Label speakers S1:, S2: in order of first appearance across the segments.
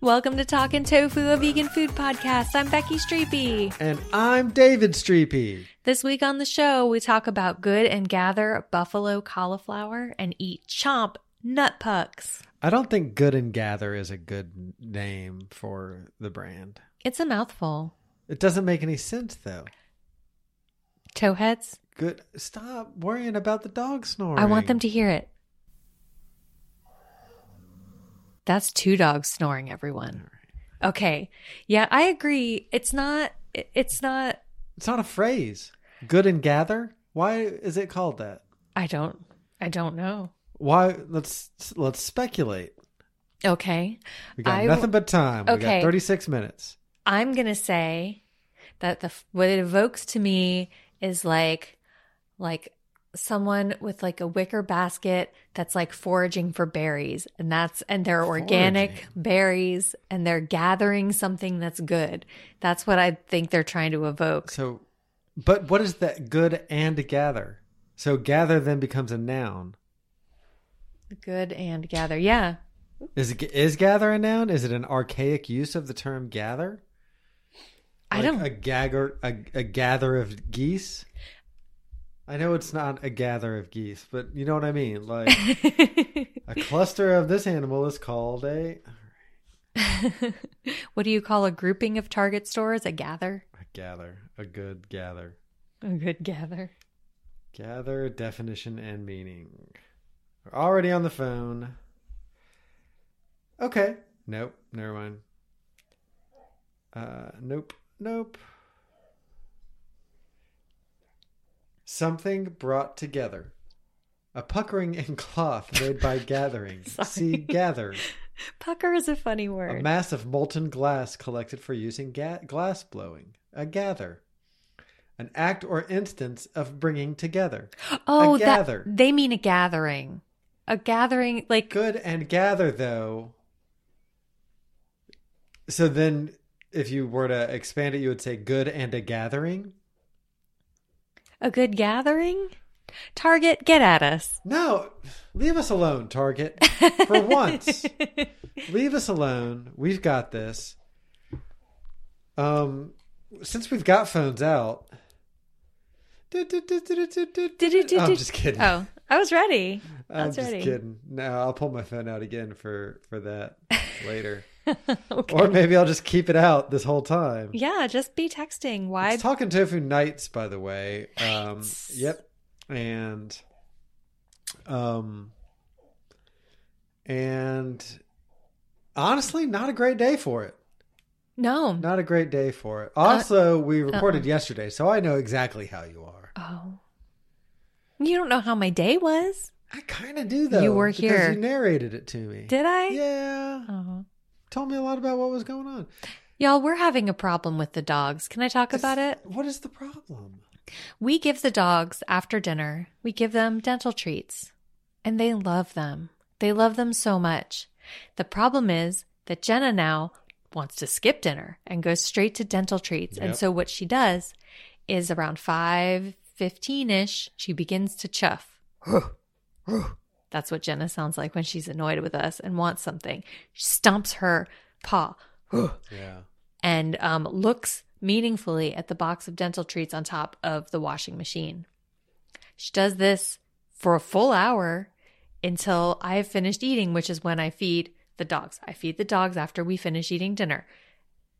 S1: Welcome to Talkin' Tofu, a vegan food podcast. I'm Becky Streepy.
S2: And I'm David Streepy.
S1: This week on the show, we talk about good and gather buffalo cauliflower and eat chomp nut pucks.
S2: I don't think Good and Gather is a good name for the brand.
S1: It's a mouthful.
S2: It doesn't make any sense though.
S1: Toeheads,
S2: Good stop worrying about the dog snoring.
S1: I want them to hear it. That's two dogs snoring, everyone. Okay. Yeah, I agree. It's not, it- it's not,
S2: It's not a phrase. Good and Gather? Why is it called that?
S1: I don't, I don't know.
S2: Why let's let's speculate.
S1: Okay.
S2: We got
S1: I-
S2: nothing but time. We
S1: Okay.
S2: got 36 minutes.
S1: I'm gonna say that the what it evokes to me is like like someone with like a wicker basket that's like foraging for berries and that's and they're organic
S2: Foraging.
S1: berries and they're gathering something that's good. That's what I think they're trying to evoke.
S2: So but what is that good and gather? So gather then becomes a noun.
S1: Good and gather. Yeah.
S2: Is it, is gather a noun? Is it an archaic use of the term gather?
S1: I
S2: Like
S1: don't
S2: a gagger a, a gather of geese. I know it's not a gather of geese, but you know what I mean. Like a cluster of this animal is called a,
S1: what do you call a grouping of Target stores? A gather?
S2: a gather, a good gather.
S1: A good gather.
S2: Gather definition and meaning. We're already on the phone. Okay. Nope. Never mind. Uh, nope. Nope. Something brought together. A puckering in cloth made by gathering.
S1: Sorry.
S2: See, gather.
S1: Pucker is a funny
S2: A
S1: word.
S2: mass of molten glass collected for use in ga- glass blowing. A gather. An act or instance of bringing together.
S1: Oh, that-
S2: gather.
S1: they mean a gathering. A gathering, like
S2: good and gather though so then if you were to expand it you would say good and a gathering
S1: a good gathering. Target, get at us.
S2: no leave us alone target for once leave us alone we've got this um since we've got phones out i'm just kidding
S1: Oh, I was ready. I
S2: i'm
S1: was
S2: just
S1: ready.
S2: kidding no i'll pull my phone out again for for that later
S1: Okay.
S2: or maybe i'll just keep it out this whole time
S1: yeah, just be texting. Why?
S2: It's Talking Tofu Nights, by the way. Um, yep. And um and honestly, not a great day for it.
S1: no.
S2: Not a great day for
S1: Uh,
S2: it. Also, we recorded yesterday, so I know exactly how you are.
S1: Oh, you don't know how my day was,
S2: I kind of do though.
S1: You were
S2: because
S1: here.
S2: You narrated it to me.
S1: did I?
S2: Yeah.
S1: Oh.
S2: Told me a lot about what was going on.
S1: Y'all, we're having a problem with the dogs. Can I talk about it?
S2: What is the problem?
S1: We give the dogs after dinner, we give them dental treats, and they love them. They love them so much. The problem is that Jenna now wants to skip dinner and goes straight to dental treats. And
S2: Yep.
S1: so what she does is around 5:15ish, she begins to chuff. That's what Jenna sounds like when she's annoyed with us and wants something. She stomps her paw
S2: Yeah.
S1: and um, looks meaningfully at the box of dental treats on top of the washing machine. She does this for a full hour until I have finished eating, which is when I feed the dogs. I feed the dogs after we finish eating dinner.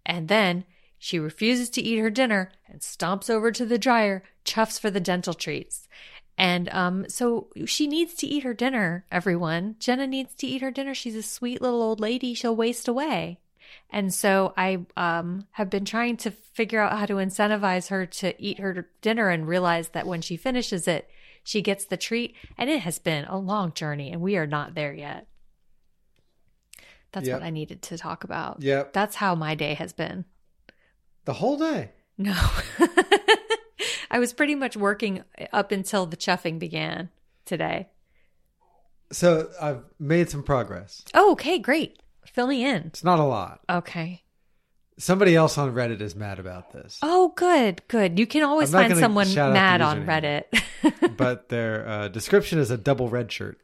S1: And then she refuses to eat her dinner and stomps over to the dryer, chuffs for the dental treats. And um, so she needs to eat her dinner, everyone. Jenna needs to eat her dinner. She's a sweet little old lady. She'll waste away. And so I um, have been trying to figure out how to incentivize her to eat her dinner and realize that when she finishes it, she gets the treat. And it has been a long journey, and we are not there yet. That's
S2: Yep.
S1: what I needed to talk about.
S2: Yep.
S1: That's how my day has been.
S2: The whole day.
S1: No. I was pretty much working up until the chuffing began today.
S2: So I've made some progress.
S1: Oh, okay, great. Fill me in.
S2: It's not a lot.
S1: Okay.
S2: Somebody else on Reddit is mad about this,
S1: Oh, good, good. You can always
S2: I'm not
S1: find
S2: gonna
S1: someone
S2: shout out
S1: mad
S2: the
S1: on
S2: username.
S1: Reddit.
S2: but their uh, description is a double red shirt,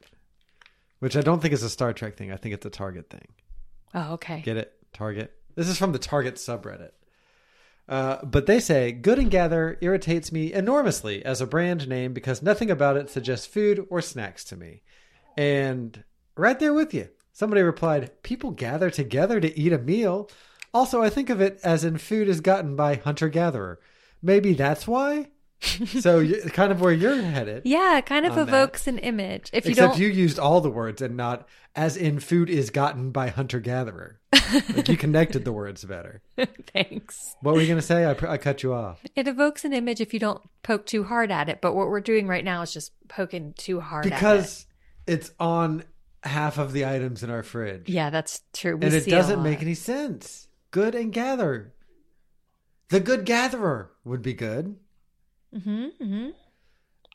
S2: which I don't think is a Star Trek thing. I think it's a Target thing.
S1: oh, okay.
S2: Get it? Target. This is from the Target subreddit. Uh, but they say Good and Gather irritates me enormously as a brand name because nothing about it suggests food or snacks to me. And right there with you. Somebody replied, People gather together to eat a meal. Also, I think of it as in food is gotten by hunter gatherer. Maybe that's why? so, you kind of where you're headed.
S1: Yeah, it kind of
S2: On that.
S1: evokes an image. If you
S2: Except
S1: don't
S2: you used all the words and not as in food is gotten by hunter gatherer. like you connected the words better.
S1: thanks.
S2: What were you going to say? I, pr- I cut you off.
S1: It evokes an image if you don't poke too hard at it, but what we're doing right now is just poking too hard at
S2: Because it's on half of the items in our
S1: it.
S2: fridge.
S1: Yeah, that's true. We
S2: and it
S1: see a
S2: doesn't make
S1: lot.
S2: any sense. Good and gather. The good gatherer would be good.
S1: Mhm, mhm.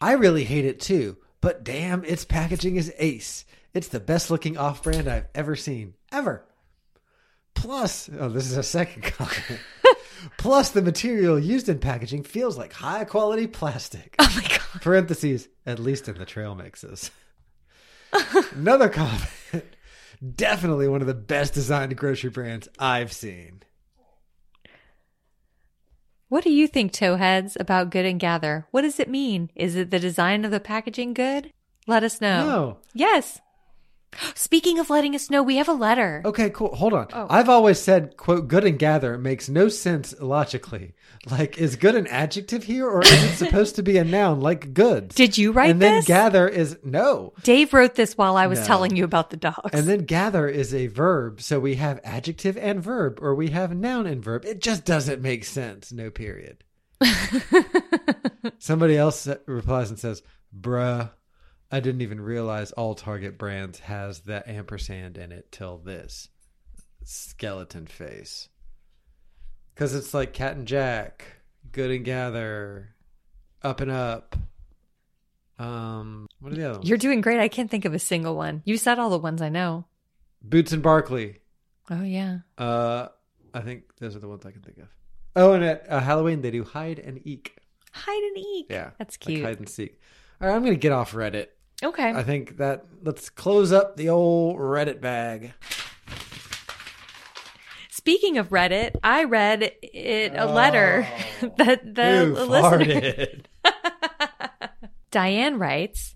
S2: I really hate it too, but damn, its packaging is ace. It's the best looking off brand I've ever seen. Ever. Plus, oh, this is a second comment. Plus, the material used in packaging feels like high quality plastic.
S1: Oh my god.
S2: Parentheses, at least in the trail mixes. Another comment. Definitely one of the best designed grocery brands I've seen.
S1: What do you think, Towheads, about Good and Gather? What does it mean? Is it the design of the packaging good? Let us know.
S2: No.
S1: Yes. Speaking of letting us know, we have a letter.
S2: Okay, cool. Hold on.
S1: Oh.
S2: I've always said, quote, good and gather makes no sense logically. Like, is good an adjective here or is it supposed to be a noun like goods?
S1: Did you write
S2: And then
S1: this?
S2: gather is no.
S1: Dave wrote this while I was
S2: No.
S1: telling you about the dogs.
S2: And then gather is a verb. So we have adjective and verb or we have noun and verb. It just doesn't make sense. No period. Somebody else replies and says, bruh, I didn't even realize all Target brands has the ampersand in it till this. Skeleton face. Because it's like Cat and Jack, Good and Gather, Up and Up. Um, what are the other ones?
S1: You're doing great. I can't think of a single one. You said all the ones I know.
S2: Boots and Barkley.
S1: Oh, yeah.
S2: Uh, I think those are the ones I can think of. Oh, and at uh, Halloween they do hide and eek.
S1: Hide and eek.
S2: Yeah,
S1: That's
S2: like
S1: cute.
S2: hide and seek. All right, I'm gonna get off Reddit.
S1: okay.
S2: I think that let's close up the old Reddit bag.
S1: Speaking of Reddit, I read it a letter
S2: Oh.
S1: that the
S2: Who
S1: listener.
S2: farted?
S1: Diane writes,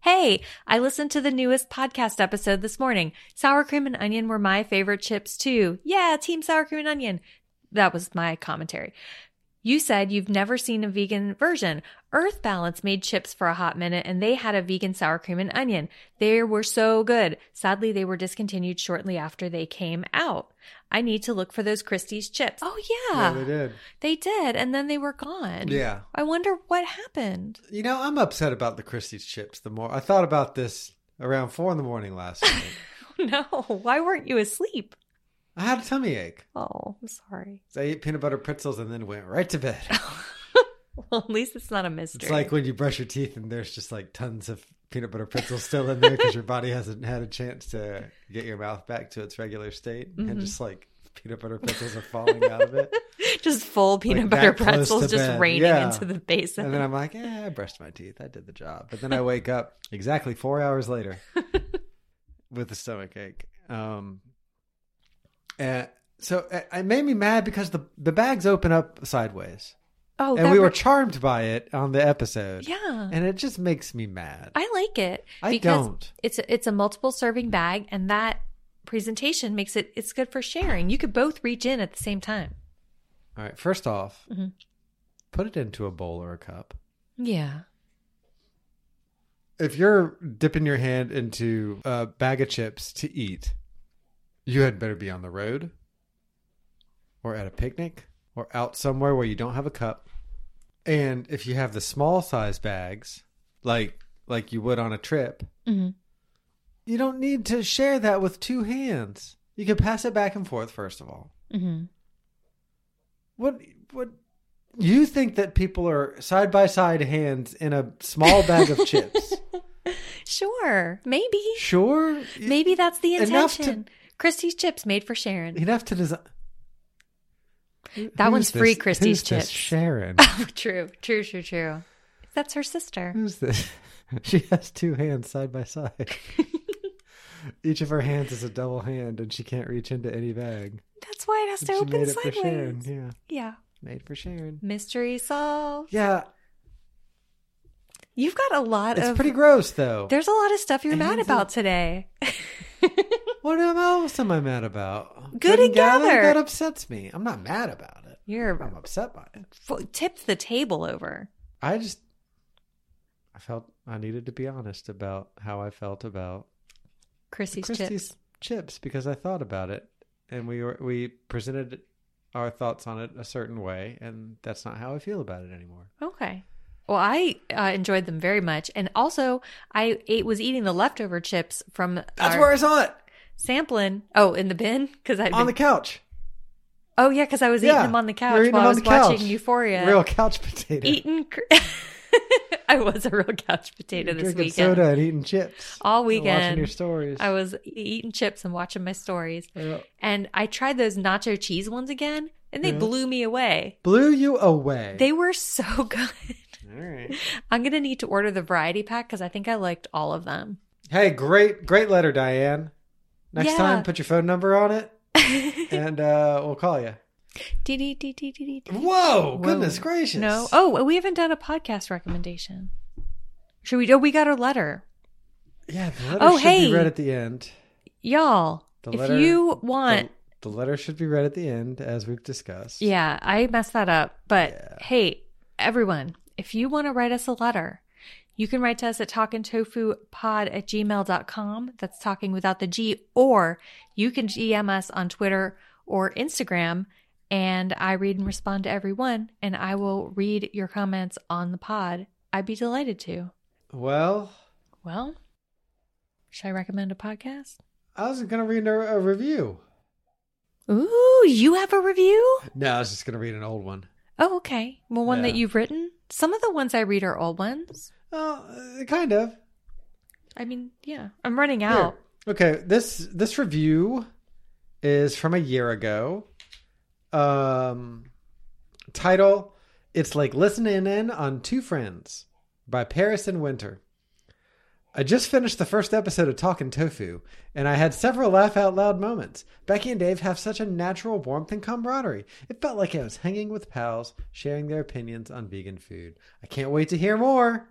S1: Hey, I listened to the newest podcast episode this morning. Sour cream and onion were my favorite chips too. Yeah, team sour cream and onion. That was my commentary. You said you've never seen a vegan version. Earth Balance made chips for a hot minute and they had a vegan sour cream and onion. They were so good. Sadly, they were discontinued shortly after they came out. I need to look for those Christie's chips. Oh yeah.
S2: Yeah, they did.
S1: They did, and then they were gone.
S2: Yeah.
S1: I wonder what happened.
S2: You know, I'm upset about the Christie's chips. The more I thought about this around four in the morning last night,
S1: No, why weren't you asleep?
S2: I had a tummy ache.
S1: Oh, I'm sorry.
S2: So I ate peanut butter pretzels and then went right to bed.
S1: Well, at least it's not a mystery.
S2: It's like when you brush your teeth and there's just like tons of peanut butter pretzels still in there because your body hasn't had a chance to get your mouth back to its regular state,
S1: Mm-hmm.
S2: and just like peanut butter pretzels are falling out of it.
S1: just full peanut
S2: like
S1: butter
S2: that close
S1: pretzels
S2: to
S1: just
S2: bed.
S1: raining
S2: Yeah.
S1: into the basin.
S2: And then I'm like, eh, I brushed my teeth, I did the job. But then I wake up exactly four hours later with a stomach ache. Um, and so it, it made me mad because the the bags open up sideways,
S1: Oh,
S2: and
S1: that
S2: we
S1: re-
S2: were charmed by it on the episode.
S1: Yeah.
S2: and it just makes me mad.
S1: I like it.
S2: I
S1: because
S2: don't.
S1: It's a, it's a multiple serving bag, and that presentation makes it it's good for sharing. You could both reach in at the same time.
S2: All right, first off,
S1: Mhm.
S2: put it into a bowl or a cup.
S1: Yeah.
S2: If you're dipping your hand into a bag of chips to eat, you had better be on the road, or at a picnic, or out somewhere where you don't have a cup. And if you have the small size bags, like like you would on a trip,
S1: hmm
S2: Mm-hmm. you don't need to share that with two hands. You can pass it back and forth. First of all,
S1: hmm
S2: What what you think that people are side by side hands in a small bag of chips?
S1: Sure. Maybe.
S2: Sure.
S1: Maybe that's the
S2: Enough to-
S1: intention. Christie's chips made for Sharon.
S2: Enough to design.
S1: That one's free, Christie's
S2: Christie's This
S1: chips.
S2: Sharon.
S1: true. True. True. True. That's her sister.
S2: Who's this? She has two hands side by side. Mm. Each of her hands is a double hand, and she can't reach into any bag.
S1: That's why it has to
S2: she
S1: open
S2: made it for Sharon.
S1: sideways.
S2: Yeah,
S1: Yeah.
S2: made for Sharon.
S1: Mystery solved.
S2: Yeah,
S1: You've got a lot
S2: it's
S1: of.
S2: pretty gross, though.
S1: There's a lot of stuff you're mad
S2: Hands
S1: about
S2: up.
S1: today.
S2: What else am I mad about?
S1: Good and gather.
S2: That upsets me. I'm not mad about it.
S1: You're
S2: I'm upset by it.
S1: f- tipped the table over.
S2: I just I felt I needed to be honest about how I felt about
S1: Chrissy's,
S2: Christie's
S1: chips.
S2: chips. because I thought about it and we were we presented our thoughts on it a certain way and that's not how I feel about it anymore.
S1: Okay. Well, I uh, enjoyed them very much, and also I ate was eating the leftover chips from our
S2: saw it.
S1: sampling. Oh, in the bin because I
S2: On the couch.
S1: oh yeah because I was eating them on the
S2: You were
S1: couch
S2: eating
S1: while
S2: them
S1: I
S2: on
S1: was
S2: the couch.
S1: watching Euphoria.
S2: Real couch potato.
S1: eating. Cr- I was a real couch potato
S2: You're
S1: this
S2: drinking
S1: weekend.
S2: soda and eating chips.
S1: All
S2: and
S1: weekend.
S2: watching your stories.
S1: I was e-, eating chips and watching my stories,
S2: Yeah.
S1: and I tried those nacho cheese ones again, and they
S2: Yeah.
S1: blew me away.
S2: Blew you away.
S1: They were so good.
S2: All right.
S1: I'm gonna need to order the variety pack because I think I liked all of them.
S2: Hey, great, great letter, Diane. Next
S1: Yeah.
S2: time, put your phone number on it, and uh, we'll call you.
S1: Dee dee dee dee dee dee.
S2: Whoa,
S1: Whoa.
S2: goodness gracious!
S1: No. Oh, we haven't done a podcast recommendation. Should we? Oh, we got our letter,
S2: yeah. The letter
S1: Oh,
S2: should
S1: hey.
S2: be read at the end.
S1: y'all.
S2: The
S1: if
S2: letter-
S1: you want,
S2: The, the letter should be read at the end, as we've discussed.
S1: yeah, I messed that up, but hey, everyone, if you want to write us a letter. You can write to us at talkingtofupod at gmail.com. That's talking without the G. Or you can GM us on Twitter or Instagram. And I read and respond to everyone. And I will read your comments on the pod. I'd be delighted to.
S2: Well,
S1: Well, should I recommend a podcast?
S2: I was going to read a, a review.
S1: Ooh, you have a review?
S2: No, I was just going to read an old one.
S1: Oh, okay. Well, one that
S2: Yeah.
S1: you've written. Some of the ones I read are old ones.
S2: Oh, uh, kind of.
S1: I mean, yeah, I'm running
S2: Here.
S1: out.
S2: Okay, this this review is from a year ago. Um title It's like listening in on two friends by Paris and Winter. I just finished the first episode of Talking Tofu, and I had several laugh out loud moments. Becky and Dave have such a natural warmth and camaraderie. It felt like I was hanging with pals, sharing their opinions on vegan food. I can't wait to hear more.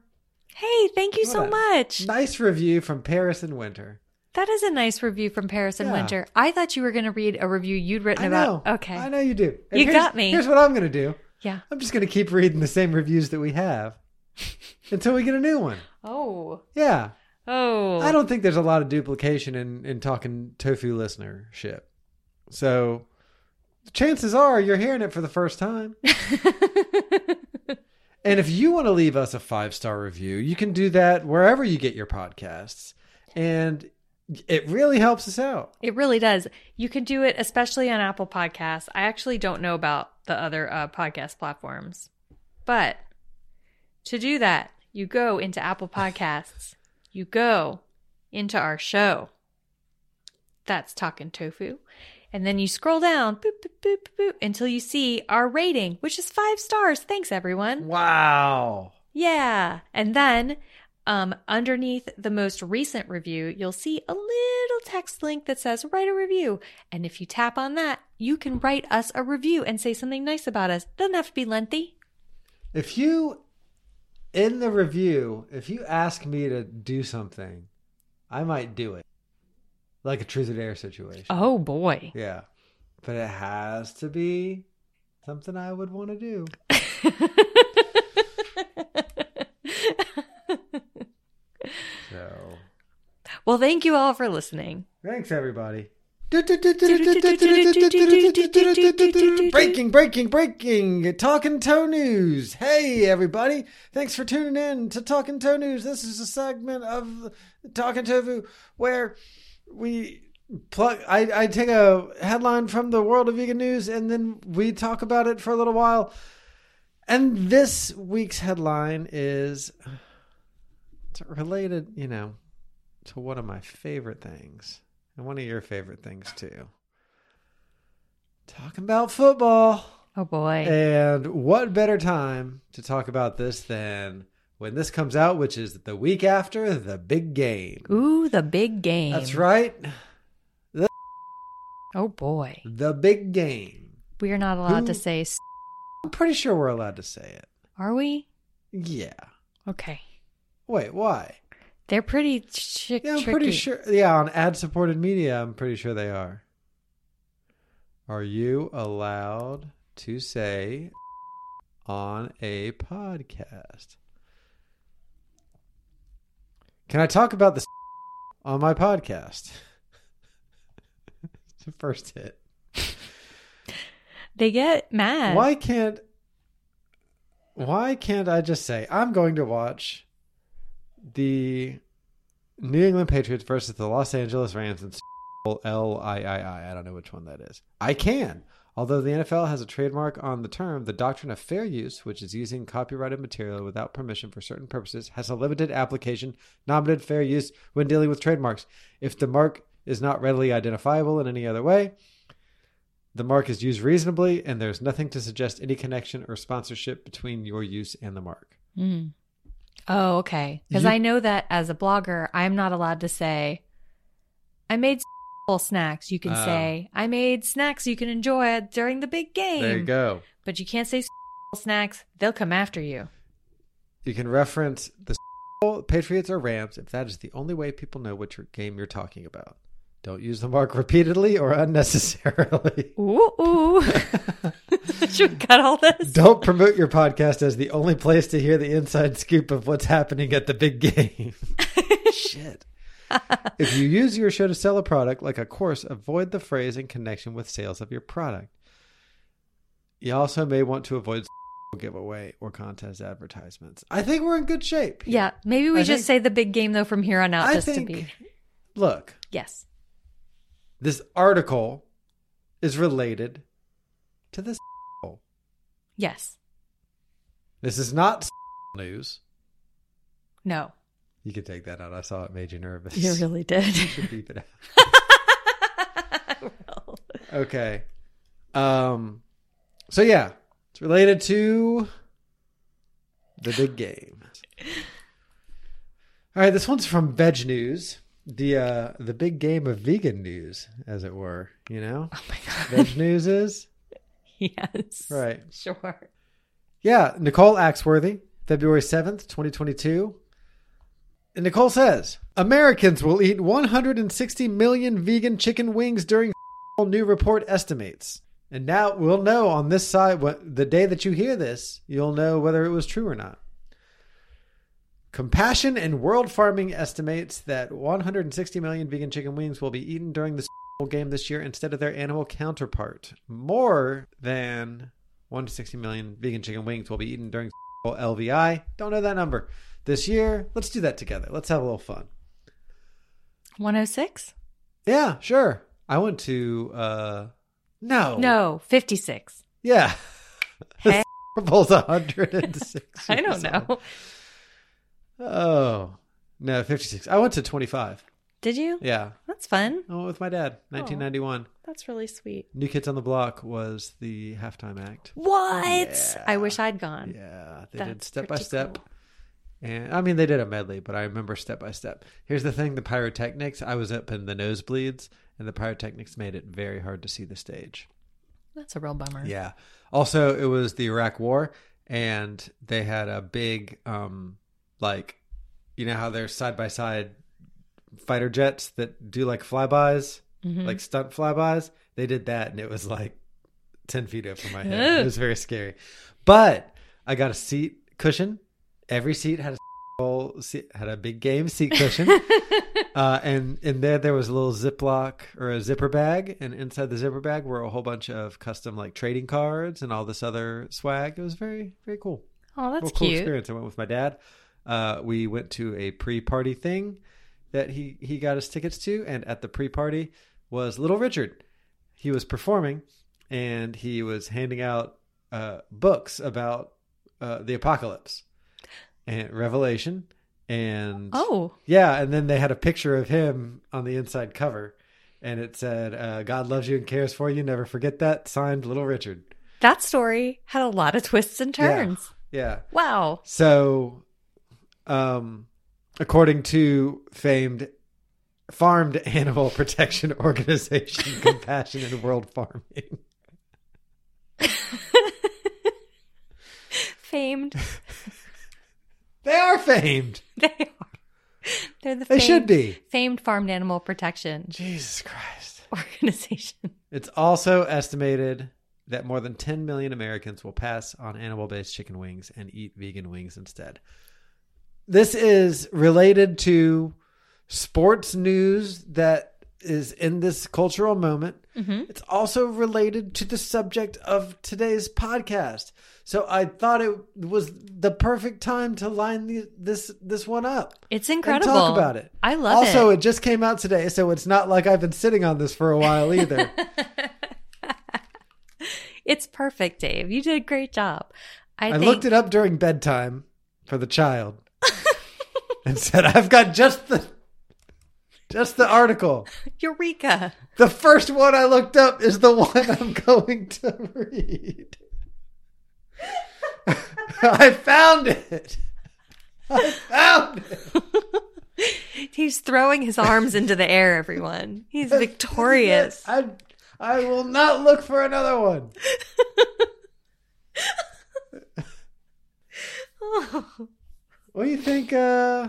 S1: Hey, thank you
S2: What
S1: so
S2: a
S1: much.
S2: Nice review from Paris and Winter.
S1: That is a nice review from Paris and
S2: Yeah.
S1: Winter. I thought you were going to read a review you'd written
S2: I know.
S1: about. Okay.
S2: I know you do.
S1: You
S2: here's-
S1: got me.
S2: Here's what I'm going to do.
S1: Yeah.
S2: I'm just going to keep reading the same reviews that we have until we get a new one.
S1: Oh.
S2: Yeah.
S1: Oh.
S2: I don't think there's a lot of duplication in, in talking tofu listenership. So chances are you're hearing it for the first time. and if you want to leave us a five star review, you can do that wherever you get your podcasts. And it really helps us out.
S1: It really does. You can do it, especially on Apple Podcasts. I actually don't know about the other uh, podcast platforms, but to do that, you go into Apple Podcasts, you go into our show. That's Talking Tofu. And then you scroll down boop, boop, boop, boop, boop, until you see our rating, which is five stars. Thanks, everyone.
S2: Wow.
S1: Yeah. And then Um, underneath the most recent review, you'll see a little text link that says write a review. And if you tap on that, you can write us a review and say something nice about us. Doesn't have to be lengthy.
S2: If you, in the review, if you ask me to do something, I might do it. Like a truth or dare situation.
S1: Oh boy.
S2: Yeah. But it has to be something I would want to do. So,
S1: well, thank you all for listening.
S2: thanks everybody. Breaking, breaking, breaking. Talking Toe News. Hey, everybody. Thanks for tuning in to Talking Toe News. This is a segment of Talking Tofu where we plug. I, I take a headline from the world of vegan news and then we talk about it for a little while. And this week's headline is it's related, you know, to one of my favorite things and one of your favorite things too. Talking about football.
S1: Oh boy.
S2: And what better time to talk about this than when this comes out, which is the week after the big game.
S1: Ooh, the big game.
S2: That's right.
S1: Oh boy.
S2: The big game.
S1: We are not allowed
S2: Who-
S1: to say, s-
S2: I'm pretty sure we're allowed to say it.
S1: are we?
S2: Yeah.
S1: Okay.
S2: Wait, why?
S1: They're pretty chick
S2: Yeah, I'm
S1: tricky.
S2: pretty sure. Yeah, on ad supported media, I'm pretty sure they are. Are you allowed to say on a podcast? Can I talk about this on my podcast? It's the first hit.
S1: They get mad.
S2: Why can't why can't I just say I'm going to watch the New England Patriots versus the Los Angeles Rams in Super Bowl L I I I? I don't know which one that is. I can. Although the NFL has a trademark on the term, the doctrine of fair use, which is using copyrighted material without permission for certain purposes, has a limited application, nominated fair use, when dealing with trademarks. If the mark is not readily identifiable in any other way, the mark is used reasonably, and there's nothing to suggest any connection or sponsorship between your use and the mark.
S1: Mm. Oh, okay. Because
S2: You-
S1: I know that as a blogger, I'm not allowed to say, I made s- snacks. You can
S2: Oh.
S1: say, I made snacks you can enjoy during the big game.
S2: There you go.
S1: But you can't say s- snacks. They'll come after you.
S2: You can reference the Patriots or Rams if that is the only way people know which game you're talking about. Don't use the mark repeatedly or unnecessarily.
S1: Ooh, ooh. Should we cut all this?
S2: Don't promote your podcast as the only place to hear the inside scoop of what's happening at the big game. Shit. if you use your show to sell a product like a course, avoid the phrase in connection with sales of your product. You also may want to avoid giveaway or contest advertisements. I think we're in good shape. here.
S1: Yeah, maybe we
S2: I
S1: just say
S2: think-
S1: the big game though from here on out,
S2: I
S1: just
S2: think-
S1: to be
S2: Look,
S1: yes.
S2: this article is related to this.
S1: Yes.
S2: This is not news.
S1: No.
S2: You can take that out. I saw it made you nervous.
S1: You really did.
S2: You should beep it out. Okay. Um so yeah, it's related to the big game. All right, this one's from Veg News, the uh the big game of vegan news as it were, you know?
S1: oh my god.
S2: Veg News is
S1: Yes.
S2: right.
S1: Sure.
S2: Yeah, Nicole Axworthy, February 7th, 2022. And Nicole says Americans will eat 160 million vegan chicken wings during new report estimates. And now we'll know on this side, what, the day that you hear this, you'll know whether it was true or not. Compassion and World Farming estimates that 160 million vegan chicken wings will be eaten during the Bowl game this year instead of their animal counterpart. More than 1 to 60 million vegan chicken wings will be eaten during Bowl LVI. Don't know that number. This year, let's do that together. Let's have a little fun.
S1: 106?
S2: Yeah, sure. I went to, uh, no.
S1: No, 56.
S2: Yeah.
S1: Hey.
S2: Super Bowl's 106.
S1: I don't
S2: years old.
S1: know.
S2: Oh, no, 56. I went to 25.
S1: Did you?
S2: Yeah.
S1: That's fun.
S2: I went with my dad, 1991.
S1: That's really sweet.
S2: New Kids on the Block was the halftime act.
S1: What?
S2: Yeah.
S1: I wish I'd gone.
S2: Yeah, they did
S1: That's
S2: step by
S1: pretty
S2: step.
S1: cool.
S2: And I mean, they did a medley, but I remember step by step. Here's the thing the pyrotechnics, I was up in the nosebleeds, and the pyrotechnics made it very hard to see the stage.
S1: That's a real bummer.
S2: Yeah. Also, it was the Iraq War, and they had a big, um, like, you know how they're side by side fighter jets that do like flybys, like stunt flybys. They did that, and it was like ten feet over my head. it was very scary. But I got a seat cushion. Every seat had a whole seat, had a big game seat cushion. Uh, and in there, there was a little Ziploc or a zipper bag, and inside the zipper bag were a whole bunch of custom like trading cards and all this other swag. It was very, very cool.
S1: Oh, that's
S2: Well, cool
S1: cute.
S2: experience. I went with my dad. Uh, we went to a pre-party thing that he he got us tickets to, and at the pre-party was Little Richard. He was performing, and he was handing out uh, books about uh, the apocalypse and Revelation, and
S1: Oh,
S2: yeah, and then they had a picture of him on the inside cover, and it said, uh, "God loves you and cares for you. Never forget that." Signed, Little Richard.
S1: that story had a lot of twists and
S2: Yeah.
S1: turns.
S2: Yeah.
S1: Wow.
S2: So, um, according to famed farmed animal protection organization Compassion and World Farming,
S1: Famed.
S2: they are famed.
S1: They are. They're the
S2: They
S1: famed,
S2: should be.
S1: famed farmed animal protection
S2: Jesus Christ.
S1: organization.
S2: It's also estimated that more than 10 million Americans will pass on animal based chicken wings and eat vegan wings instead. This is related to sports news that is in this cultural moment.
S1: Mm-hmm.
S2: It's also related to the subject of today's podcast. So I thought it was the perfect time to line the, this this one up.
S1: It's
S2: and
S1: incredible.
S2: talk about it.
S1: I love
S2: also, Also,
S1: it.
S2: it just came out today, so it's not like I've been sitting on this for a while either.
S1: It's perfect, Dave. You did a great job. I,
S2: I,
S1: think
S2: looked it up during bedtime for the child and said, "I've got just the just the article.
S1: Eureka.
S2: The first one I looked up is the one I'm going to read. I found it. I found it.
S1: He's throwing his arms into the air, everyone. He's victorious.
S2: I I will not look for another one. What do you think? Uh,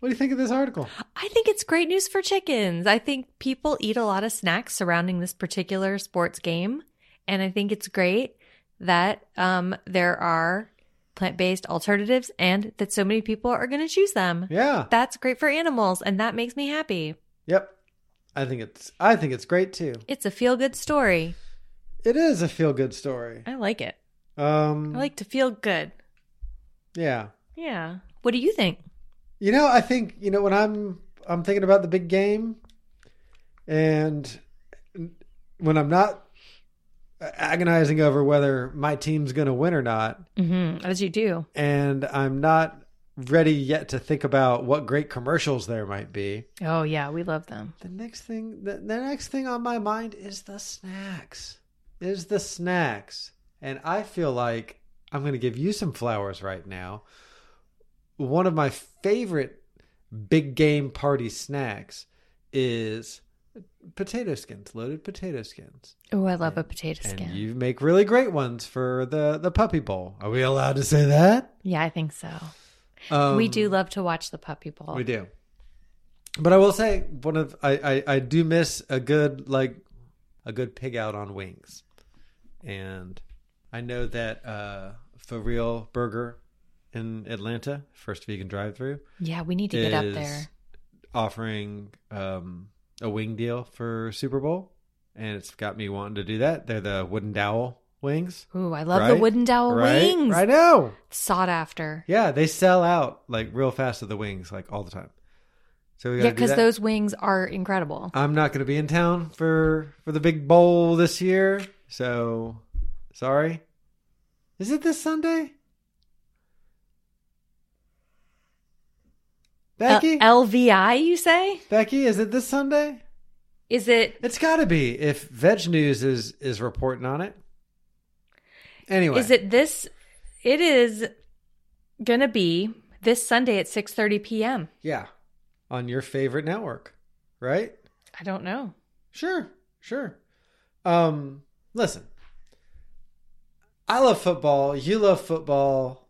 S2: what do you think of this article?
S1: I think it's great news for chickens. I think people eat a lot of snacks surrounding this particular sports game. And I think it's great that um, there are plant based alternatives and that so many people are going to choose them.
S2: Yeah.
S1: That's great for animals. And that makes me happy.
S2: Yep. I think it's I think it's great too.
S1: It's a feel good story.
S2: It is a feel good story.
S1: I like it.
S2: Um
S1: I like to feel good.
S2: yeah.
S1: Yeah. What do you think?
S2: You know, I think, you know, when I'm I'm thinking about the big game and when I'm not agonizing over whether my team's going to win or not
S1: Mm-hmm. As you do.
S2: and I'm not ready yet to think about what great commercials there might be.
S1: Oh, yeah. We love them.
S2: The next thing the, the next thing on my mind is the snacks. Is the snacks. And I feel like I'm going to give you some flowers right now. One of my favorite big game party snacks is potato skins, loaded potato skins.
S1: Oh, I love a potato
S2: And
S1: skin.
S2: you make really great ones for the the puppy bowl. Are we allowed to say that?
S1: yeah, I think so.
S2: Um,
S1: we do love to watch the puppy bowl.
S2: We do. But I will say one of I, I I do miss a good like a good pig out on wings, and I know that uh, for real burger in Atlanta, first vegan drive through
S1: Yeah, we need to get up there.
S2: offering um, a wing deal for Super Bowl, and it's got me wanting to do that. They're the wooden dowel wings.
S1: Ooh, I love the
S2: right?
S1: wooden dowel
S2: Right?
S1: wings.
S2: I know.
S1: Sought after.
S2: Yeah, they sell out like real fast of the wings like all the time. So we
S1: Yeah,
S2: gotta do
S1: because
S2: that.
S1: those wings are incredible.
S2: I'm not going to be in town for for the big bowl this year, so sorry. Is it this Sunday?
S1: L-
S2: Becky,
S1: LVI, you say?
S2: Becky, is it this Sunday?
S1: Is it?
S2: It's got to be if Veg News is is reporting on it.
S1: Is
S2: Anyway,
S1: it this? It is gonna be this Sunday at 6:30 p.m.
S2: Yeah. On your favorite network, right?
S1: I don't know.
S2: Sure, sure. Um, listen, I love football. You love football.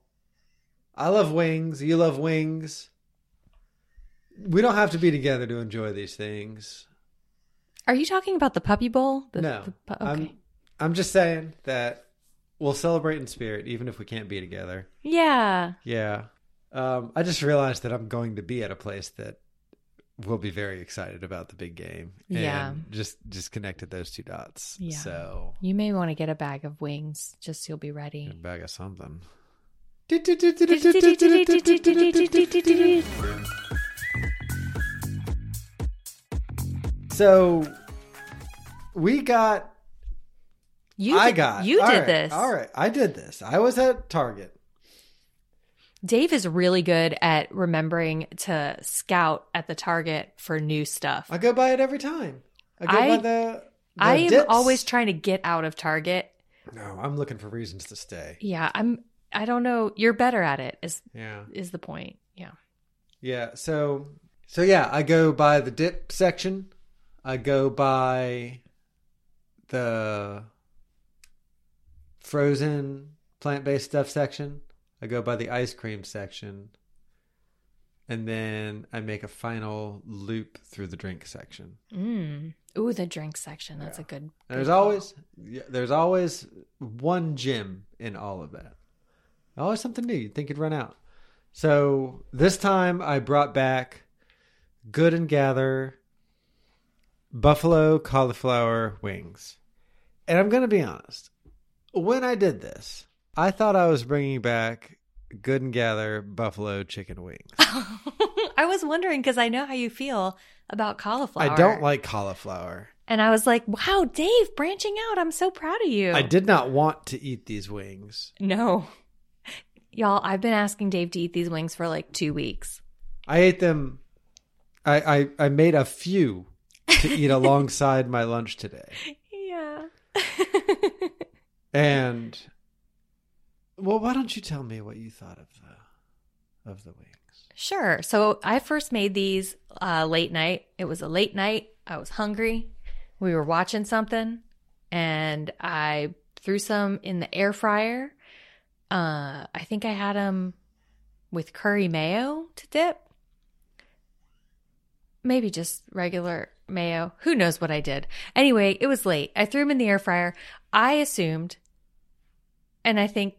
S2: I love wings. You love wings. We don't have to be together to enjoy these things.
S1: Are you talking about the Puppy Bowl? The,
S2: no,
S1: the pu- okay.
S2: I'm. I'm just saying that we'll celebrate in spirit, even if we can't be together.
S1: yeah.
S2: Yeah. Um, I just realized that I'm going to be at a place that will be very excited about the big game.
S1: Yeah.
S2: And just just connected those two dots.
S1: Yeah.
S2: So
S1: You may want to get a bag of wings just so you'll be
S2: a
S1: ready.
S2: bag of something. So we got
S1: You
S2: I
S1: did-
S2: got
S1: You
S2: all
S1: did
S2: right,
S1: this.
S2: All right. I did this. I was at Target.
S1: Dave is really good at remembering to scout at the Target for new stuff.
S2: I go by it every time. I go
S1: I-
S2: by the, the
S1: I am
S2: dips.
S1: always trying to get out of Target.
S2: No, I'm looking for reasons to stay.
S1: Yeah, I'm I don't know, you're better at it is
S2: Yeah.
S1: is the point. Yeah.
S2: Yeah. So, so yeah, I go by the dip section. I go by the frozen plant based stuff section. I go by the ice cream section. And then I make a final loop through the drink section.
S1: Mm. Ooh, the drink section. That's a good.
S2: And
S1: good
S2: there's
S1: call.
S2: always yeah, there's always one gem in all of that. Always something new. You'd think you'd run out. So this time I brought back Good and Gather Buffalo cauliflower wings. And I'm going to be honest. When I did this, I thought I was bringing back Good and Gather Buffalo chicken wings.
S1: I was wondering because I know how you feel about cauliflower.
S2: I don't like cauliflower.
S1: And I was like, wow, Dave, branching out. I'm so proud of you.
S2: I did not want to eat these wings.
S1: No. Y'all, I've been asking Dave to eat these wings for like two weeks.
S2: I ate them. I, I I made a few to eat alongside my lunch today,
S1: Yeah.
S2: and well, why don't you tell me what you thought of the of the wings?
S1: Sure. So I first made these uh, late night. It was a late night. I was hungry. We were watching something, and I threw some in the air fryer. Uh, I think I had them with curry mayo to dip. Maybe just regular mayo. Who knows what I did? Anyway, it was late. I threw them in the air fryer. I assumed, and I think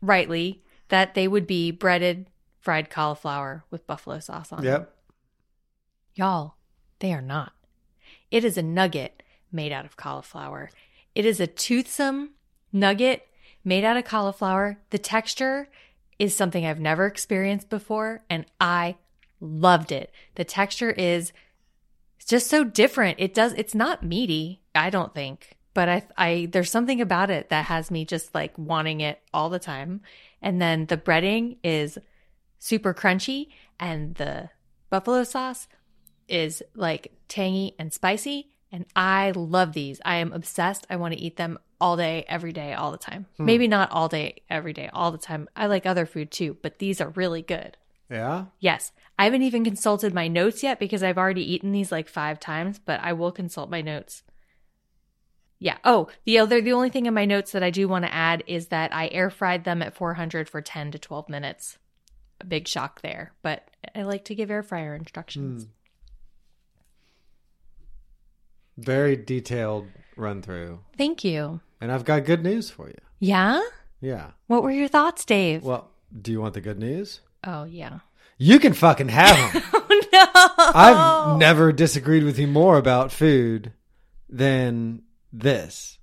S1: rightly, that they would be breaded fried cauliflower with buffalo sauce on. them.
S2: Yep.
S1: Y'all, they are not. It is a nugget made out of cauliflower. It is a toothsome nugget made out of cauliflower. The texture is something I've never experienced before, and I loved it. The texture is just so different. It does. It's not meaty. I don't think, but I, I there's something about it that has me just like wanting it all the time. And then the breading is super crunchy, and the buffalo sauce is like tangy and spicy. And I love these. I am obsessed. I want to eat them all day, every day, all the time. Maybe not all day, every day, all the time. I like other food too, but these are really good.
S2: Yeah.
S1: Yes. I haven't even consulted my notes yet because I've already eaten these like five times, but I will consult my notes. Yeah. Oh, the other, the only thing in my notes that I do want to add is that I air fried them at 400 for 10 to 12 minutes. A big shock there, but I like to give air fryer instructions.
S2: Very detailed run through,
S1: Thank you.
S2: and I've got good news for you.
S1: Yeah.
S2: Yeah.
S1: What were your thoughts, Dave?
S2: Well, do you want the good news?
S1: oh, yeah.
S2: You can fucking have them.
S1: Oh, no.
S2: I've never disagreed with you more about food than this.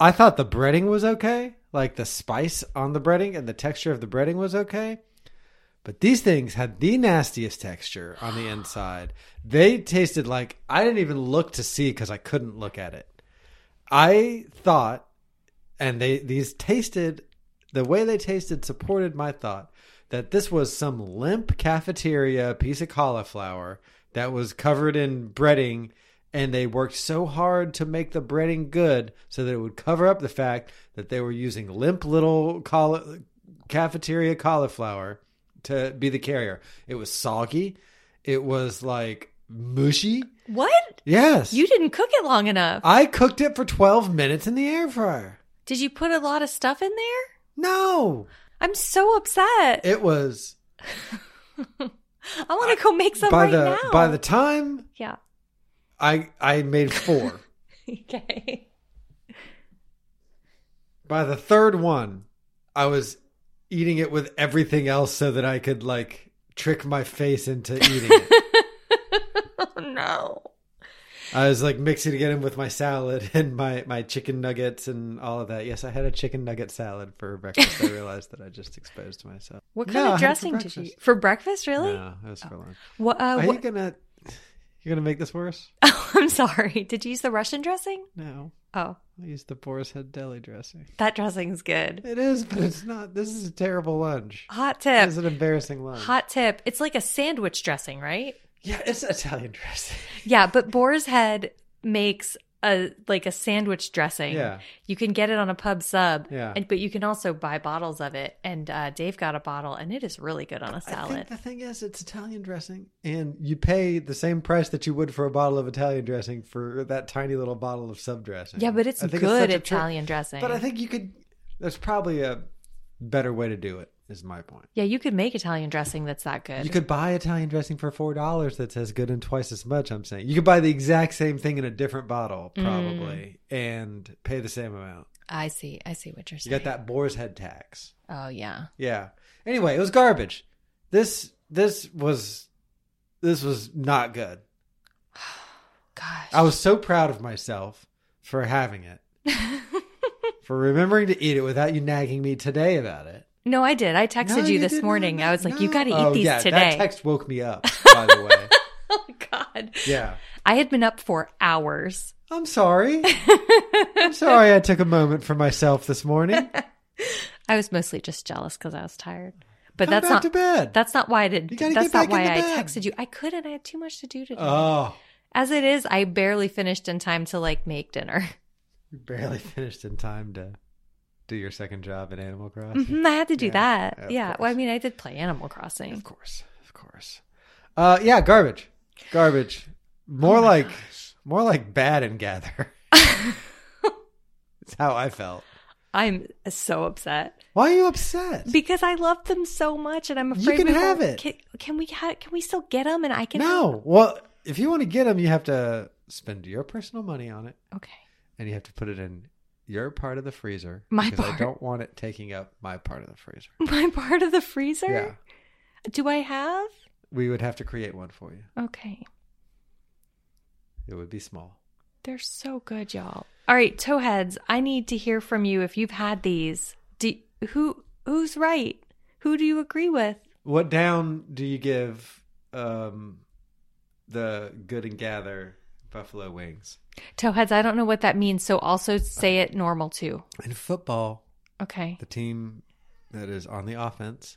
S2: I thought the breading was okay, like the spice on the breading and the texture of the breading was okay. But these things had the nastiest texture on the inside. They tasted like I didn't even look to see because I couldn't look at it. I thought, and they these tasted the way they tasted supported my thought that this was some limp cafeteria piece of cauliflower that was covered in breading and they worked so hard to make the breading good so that it would cover up the fact that they were using limp little cauli- cafeteria cauliflower to be the carrier. It was soggy. It was like mushy.
S1: What?
S2: Yes.
S1: You didn't cook it long enough.
S2: I cooked it for 12 minutes in the air fryer.
S1: Did you put a lot of stuff in there?
S2: No.
S1: I'm so upset.
S2: It was
S1: I want to go make some
S2: by
S1: right
S2: the
S1: now.
S2: by the time
S1: yeah.
S2: I I made 4.
S1: Okay.
S2: by the third one, I was eating it with everything else so that I could like trick my face into eating it.
S1: Oh no.
S2: I was like mixing it in with my salad and my, my chicken nuggets and all of that. Yes, I had a chicken nugget salad for breakfast. I realized that I just exposed myself.
S1: What
S2: No,
S1: kind
S2: I had
S1: of
S2: it for
S1: dressing did you
S2: breakfast.
S1: for breakfast? Really?
S2: No, that was for long.
S1: What? Uh,
S2: Are you
S1: what
S2: gonna you gonna make this worse?
S1: oh, I'm sorry. Did you use the Russian dressing?
S2: No,
S1: Oh,
S2: I used the boar's head deli dressing.
S1: that dressing's good.
S2: It is, but it's not. This is a terrible lunch.
S1: Hot
S2: It
S1: tip.
S2: is an embarrassing lunch.
S1: Hot tip. It's like a sandwich dressing, right?
S2: Yeah, it's Italian dressing.
S1: Yeah, but Boar's Head makes a like a sandwich dressing.
S2: Yeah.
S1: You can get it on a pub sub.
S2: Yeah.
S1: And but you can also buy bottles of it. And uh, Dave got a bottle and it is really good on a
S2: I
S1: salad.
S2: think the thing is, it's Italian dressing, and you pay the same price that you would for a bottle of Italian dressing for that tiny little bottle of sub dressing.
S1: yeah, but it's
S2: I think
S1: good
S2: such a tr-
S1: Italian dressing.
S2: But I think you could. There's probably a better way to do it. Is my point.
S1: yeah, you could make Italian dressing that's that good.
S2: You could buy Italian dressing for four dollars. That's as good and twice as much. I'm saying you could buy the exact same thing in a different bottle,
S1: Mm.
S2: probably, and pay the same amount.
S1: I see. I see what you're
S2: You
S1: saying.
S2: got that boar's head tax.
S1: Oh yeah.
S2: Yeah. Anyway, it was garbage. This this was this was not good.
S1: Gosh.
S2: I was so proud of myself for having it. for remembering to eat it without you nagging me today about it.
S1: No, I did. I texted
S2: No,
S1: you
S2: you
S1: this
S2: did not.
S1: morning.
S2: No,
S1: I was like, you
S2: no.
S1: got to eat
S2: Oh,
S1: these
S2: yeah,
S1: today.
S2: That text woke me up, by the way.
S1: oh God.
S2: Yeah.
S1: I had been up for hours.
S2: I'm sorry. I'm sorry I took a moment for myself this morning.
S1: I was mostly just jealous because I was tired. But
S2: Come
S1: that's
S2: back
S1: not
S2: to bed.
S1: That's not why I did.
S2: You gotta
S1: That's
S2: get
S1: not
S2: back
S1: why
S2: into
S1: I
S2: bed.
S1: texted you. I couldn't. I had too much to do today.
S2: Oh,
S1: As it is, I barely finished in time to like make dinner.
S2: you barely finished in time to do your second job at Animal Crossing.
S1: Mhm, I had to do
S2: Yeah,
S1: that.
S2: of
S1: yeah.
S2: course.
S1: Well, I mean, I did play Animal
S2: Of
S1: Crossing.
S2: course, of course. Uh, yeah, garbage, garbage. More like, more like bad and gather. That's how I felt.
S1: I'm so upset
S2: Why are you upset?
S1: because I love them so much, and I'm
S2: You
S1: afraid
S2: can
S1: we
S2: have
S1: won't-
S2: it.
S1: Can, can we? Ha- can we still get them? And I can.
S2: no. Well, if you want to get them, you have to spend your personal money on it,
S1: Okay.
S2: and you have to put it in your part of the freezer.
S1: My
S2: because I
S1: part.
S2: don't want it taking up my part of the freezer.
S1: My part of the freezer.
S2: Yeah,
S1: Do I have?
S2: we would have to create one for you.
S1: Okay.
S2: It would be small.
S1: They're so good, y'all. All right, towheads, I need to hear from you if you've had these. Do, who who's right? Who do you agree with?
S2: What down do you give um, the good and gather buffalo wings?
S1: Towheads, I don't know what that means, so also say it normal too.
S2: In football,
S1: Okay.
S2: the team that is on the offense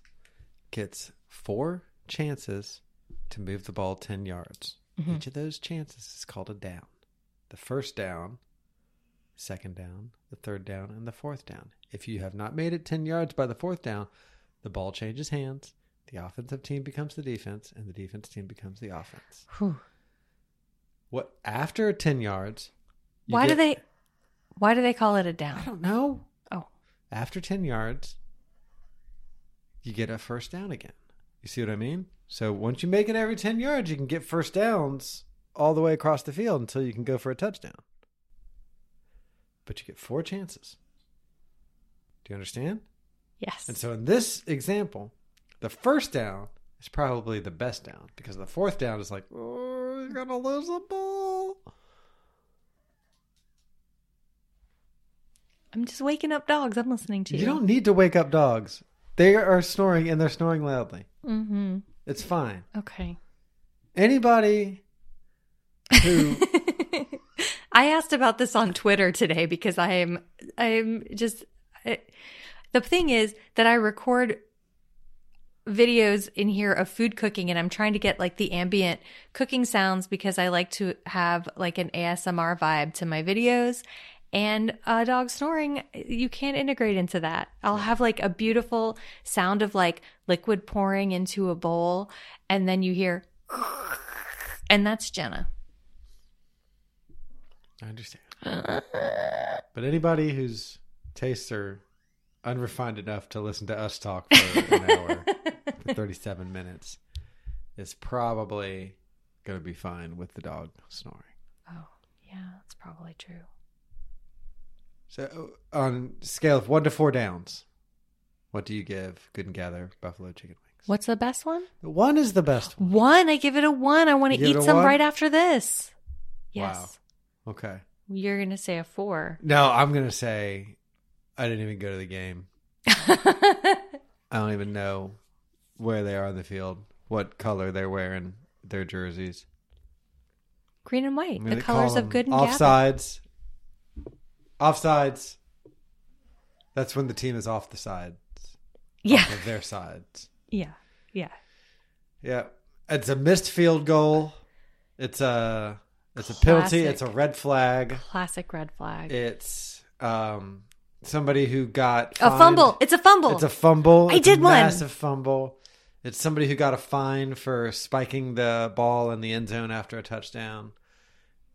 S2: gets four chances to move the ball 10 yards. Each of those chances is called a down. The first down, second down, the third down, and the fourth down. If you have not made it 10 yards by the fourth down, the ball changes hands. The offensive team becomes the defense, and the defense team becomes the offense.
S1: Whew.
S2: What after 10 yards? you
S1: Why do
S2: get-
S1: they why do they call it a
S2: I
S1: down?
S2: don't know.
S1: Oh.
S2: after 10 yards, you get a first down again. You see what I mean? So once you make it every 10 yards, you can get first downs all the way across the field until you can go for a touchdown. But you get four chances. Do you understand?
S1: Yes.
S2: And so in this example, the first down is probably the best down because the fourth down is like, oh, you're going to lose the ball.
S1: I'm just waking up dogs. I'm listening to you.
S2: You don't need to wake up dogs. They are snoring and they're snoring loudly.
S1: Mhm.
S2: It's fine.
S1: Okay.
S2: Anybody who
S1: I asked about this on Twitter today because I am I'm just I, the thing is that I record videos in here of food cooking and I'm trying to get like the ambient cooking sounds because I like to have like an ASMR vibe to my videos And a dog snoring, you can't integrate into that. I'll have like a beautiful sound of like liquid pouring into a bowl, and then you hear, and that's Jenna.
S2: I understand. but anybody whose tastes are unrefined enough to listen to us talk for an hour, for 37 minutes, is probably going to be fine with the dog snoring.
S1: Oh, yeah, that's probably true.
S2: So, on scale of one to four downs, what do you give Good and Gather Buffalo Chicken Wings?
S1: What's the best one?
S2: One is the best one.
S1: One. I give it a one. I want to
S2: You give
S1: eat
S2: it a
S1: some
S2: one?
S1: right after this. Yes.
S2: Okay.
S1: You're going to say a four.
S2: No, I'm going to say I didn't even go to the game. I don't even know where they are in the field, what color they're wearing, their jerseys.
S1: Green and white,
S2: I mean,
S1: the
S2: they
S1: colors
S2: call
S1: of
S2: them
S1: good and gather.
S2: offsides. Offsides. That's when the team is off the sides.
S1: Yeah.
S2: Of their sides.
S1: Yeah. Yeah.
S2: Yeah. It's a missed field goal. It's a it's a penalty.
S1: Classic.
S2: It's a red flag.
S1: Classic red flag.
S2: It's um somebody who got
S1: a
S2: fined.
S1: fumble. It's a fumble.
S2: It's a fumble.
S1: I
S2: It's
S1: did
S2: a
S1: one.
S2: Massive fumble. It's somebody who got a fine for spiking the ball in the end zone after a touchdown.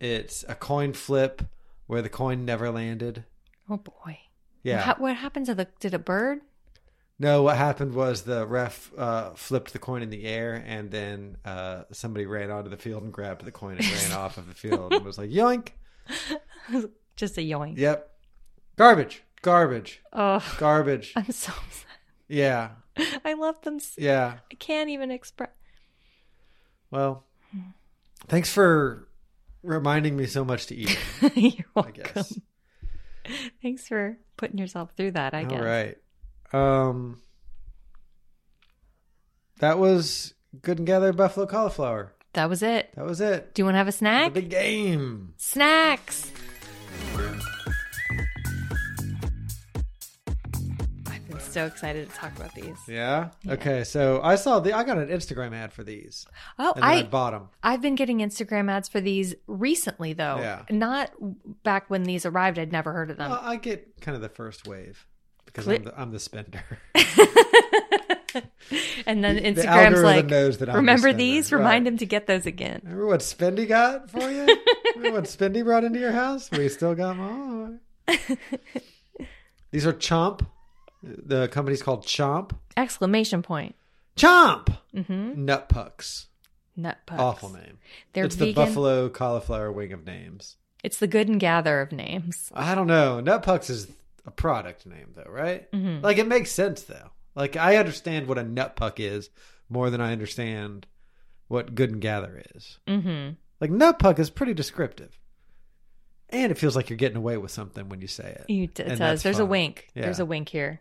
S2: It's a coin flip where the coin never landed.
S1: oh boy.
S2: Yeah.
S1: How, what happened to the? Did a bird?
S2: no, what happened was the ref uh, flipped the coin in the air, and then uh, somebody ran onto the field and grabbed the coin and ran off of the field and was like, "Yoink!"
S1: Just a yoink.
S2: Yep. Garbage. Garbage.
S1: Oh,
S2: Garbage.
S1: I'm so upset.
S2: Yeah.
S1: I love them. So,
S2: Yeah.
S1: I can't even express.
S2: Well, Hmm. thanks for reminding me so much to eat. it.
S1: You're
S2: I
S1: welcome.
S2: guess.
S1: Thanks for putting yourself through that. I guess.
S2: All right. Um, that was good and gather buffalo cauliflower.
S1: That was it.
S2: That was it.
S1: Do you want to have a
S2: The
S1: snack?
S2: big game.
S1: Snacks. I've been so excited to talk about these.
S2: Yeah? Okay. So I saw the I got an Instagram ad for these,
S1: Oh,
S2: and then I,
S1: I
S2: bought them.
S1: I've been getting Instagram ads for these recently though.
S2: Yeah.
S1: Not back when these arrived. I'd never heard of them.
S2: I get kind of the first wave because
S1: Click.
S2: I'm, the, I'm the spender.
S1: and then
S2: The
S1: Instagram's
S2: algorithm
S1: like,
S2: knows that I'm the
S1: remember
S2: spender."
S1: these? Remind
S2: Right.
S1: him to get those again.
S2: Remember what Spendy got for you? Remember what Spendy brought into your house? We still got more. These are Chomp. The company's called Chomp.
S1: Exclamation point.
S2: Chomp!
S1: Mm-hmm.
S2: Nut pucks.
S1: Nut pucks.
S2: Awful name.
S1: They're
S2: it's
S1: vegan.
S2: the buffalo cauliflower wing of names.
S1: It's the good and gather of names.
S2: I don't know. Nut pucks is a product name, though, right?
S1: Mm-hmm.
S2: Like, it makes sense, though. Like, I understand what a nut puck is more than I understand what good and gather is.
S1: Mm-hmm.
S2: Like, nut puck is pretty descriptive. And it feels like you're getting away with something when you say it.
S1: You d- it does.
S2: And that's
S1: There's a
S2: fun.
S1: wink.
S2: Yeah.
S1: There's a wink here.